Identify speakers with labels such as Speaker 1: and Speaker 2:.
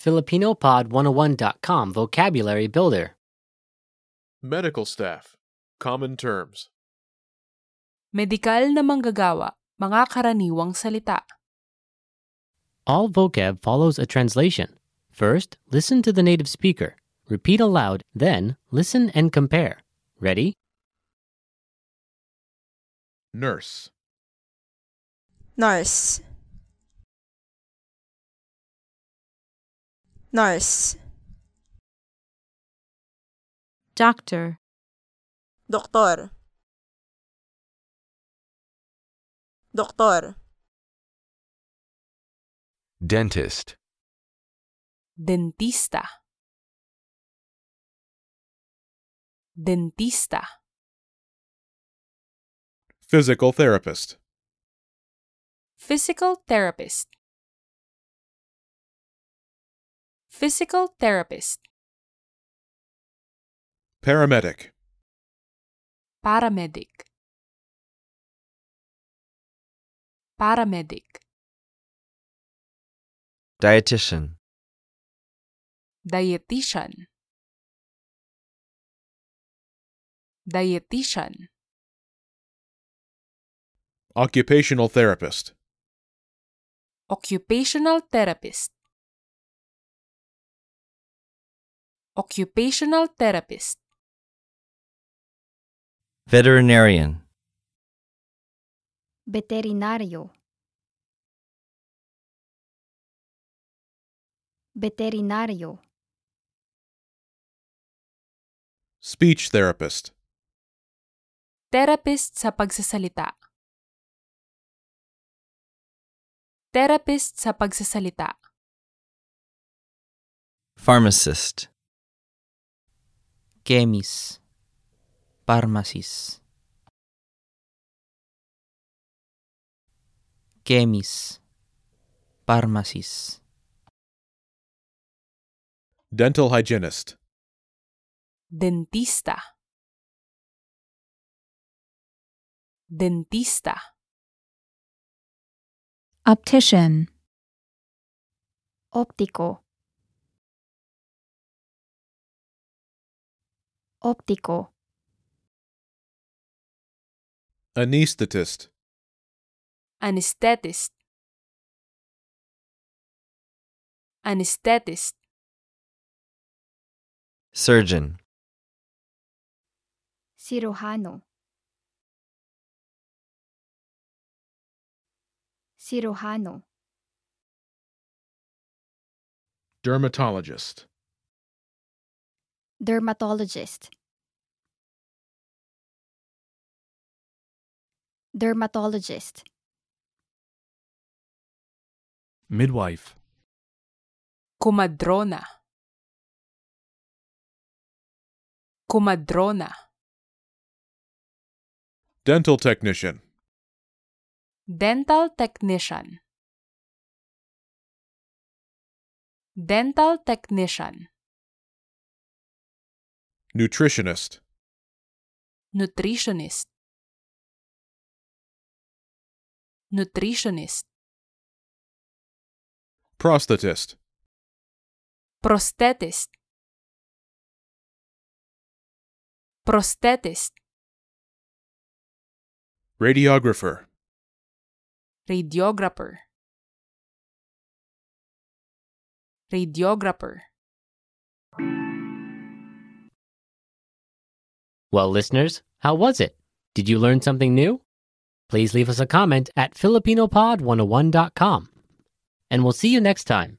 Speaker 1: FilipinoPod101.com Vocabulary Builder.
Speaker 2: Medical staff. Common terms.
Speaker 3: Medikal na manggagawa, mga karaniwang salita.
Speaker 1: All vocab follows a translation. First, listen to the native speaker. Repeat aloud, then, listen and compare. Ready?
Speaker 2: Nurse.
Speaker 4: Nurse. Nurse.
Speaker 3: Doctor,
Speaker 4: Doktor. Doktor.
Speaker 5: Dentist.
Speaker 3: dentista. Dentista,
Speaker 2: Physical therapist.
Speaker 3: physical therapist. Physical therapist,
Speaker 2: Paramedic.
Speaker 3: paramedic. Paramedic,
Speaker 6: dietitian,
Speaker 3: dietitian. Dietitian,
Speaker 2: Occupational therapist.
Speaker 3: Occupational therapist. Occupational therapist.
Speaker 6: veterinarian,
Speaker 7: Veterinario. Veterinario.
Speaker 2: Speech therapist.
Speaker 3: Therapist sa pagsasalita. Therapist sa pagsasalita.
Speaker 6: pharmacist,
Speaker 8: Chemis. Pharmacist. Chemis. Pharmacist.
Speaker 2: Dental hygienist.
Speaker 3: Dentista. Dentista.
Speaker 9: optician,
Speaker 7: Óptico. Óptico.
Speaker 2: Anesthetist.
Speaker 3: Anesthetist. Anesthetist.
Speaker 6: surgeon,
Speaker 7: Cirujano. Cirujano.
Speaker 2: Dermatologist.
Speaker 7: Dermatologist. Dermatologist.
Speaker 10: midwife,
Speaker 3: Comadrona. Comadrona.
Speaker 2: Dental technician.
Speaker 3: Dental technician. Dental technician.
Speaker 2: Nutritionist.
Speaker 3: Nutritionist. Nutritionist.
Speaker 2: Prosthetist.
Speaker 3: Prosthetist. Prosthetist.
Speaker 2: Radiographer.
Speaker 3: Radiographer. Radiographer.
Speaker 1: Well, listeners, how was it? Did you learn something new? oh Please leave us a comment at FilipinoPod101.com. And we'll see you next time.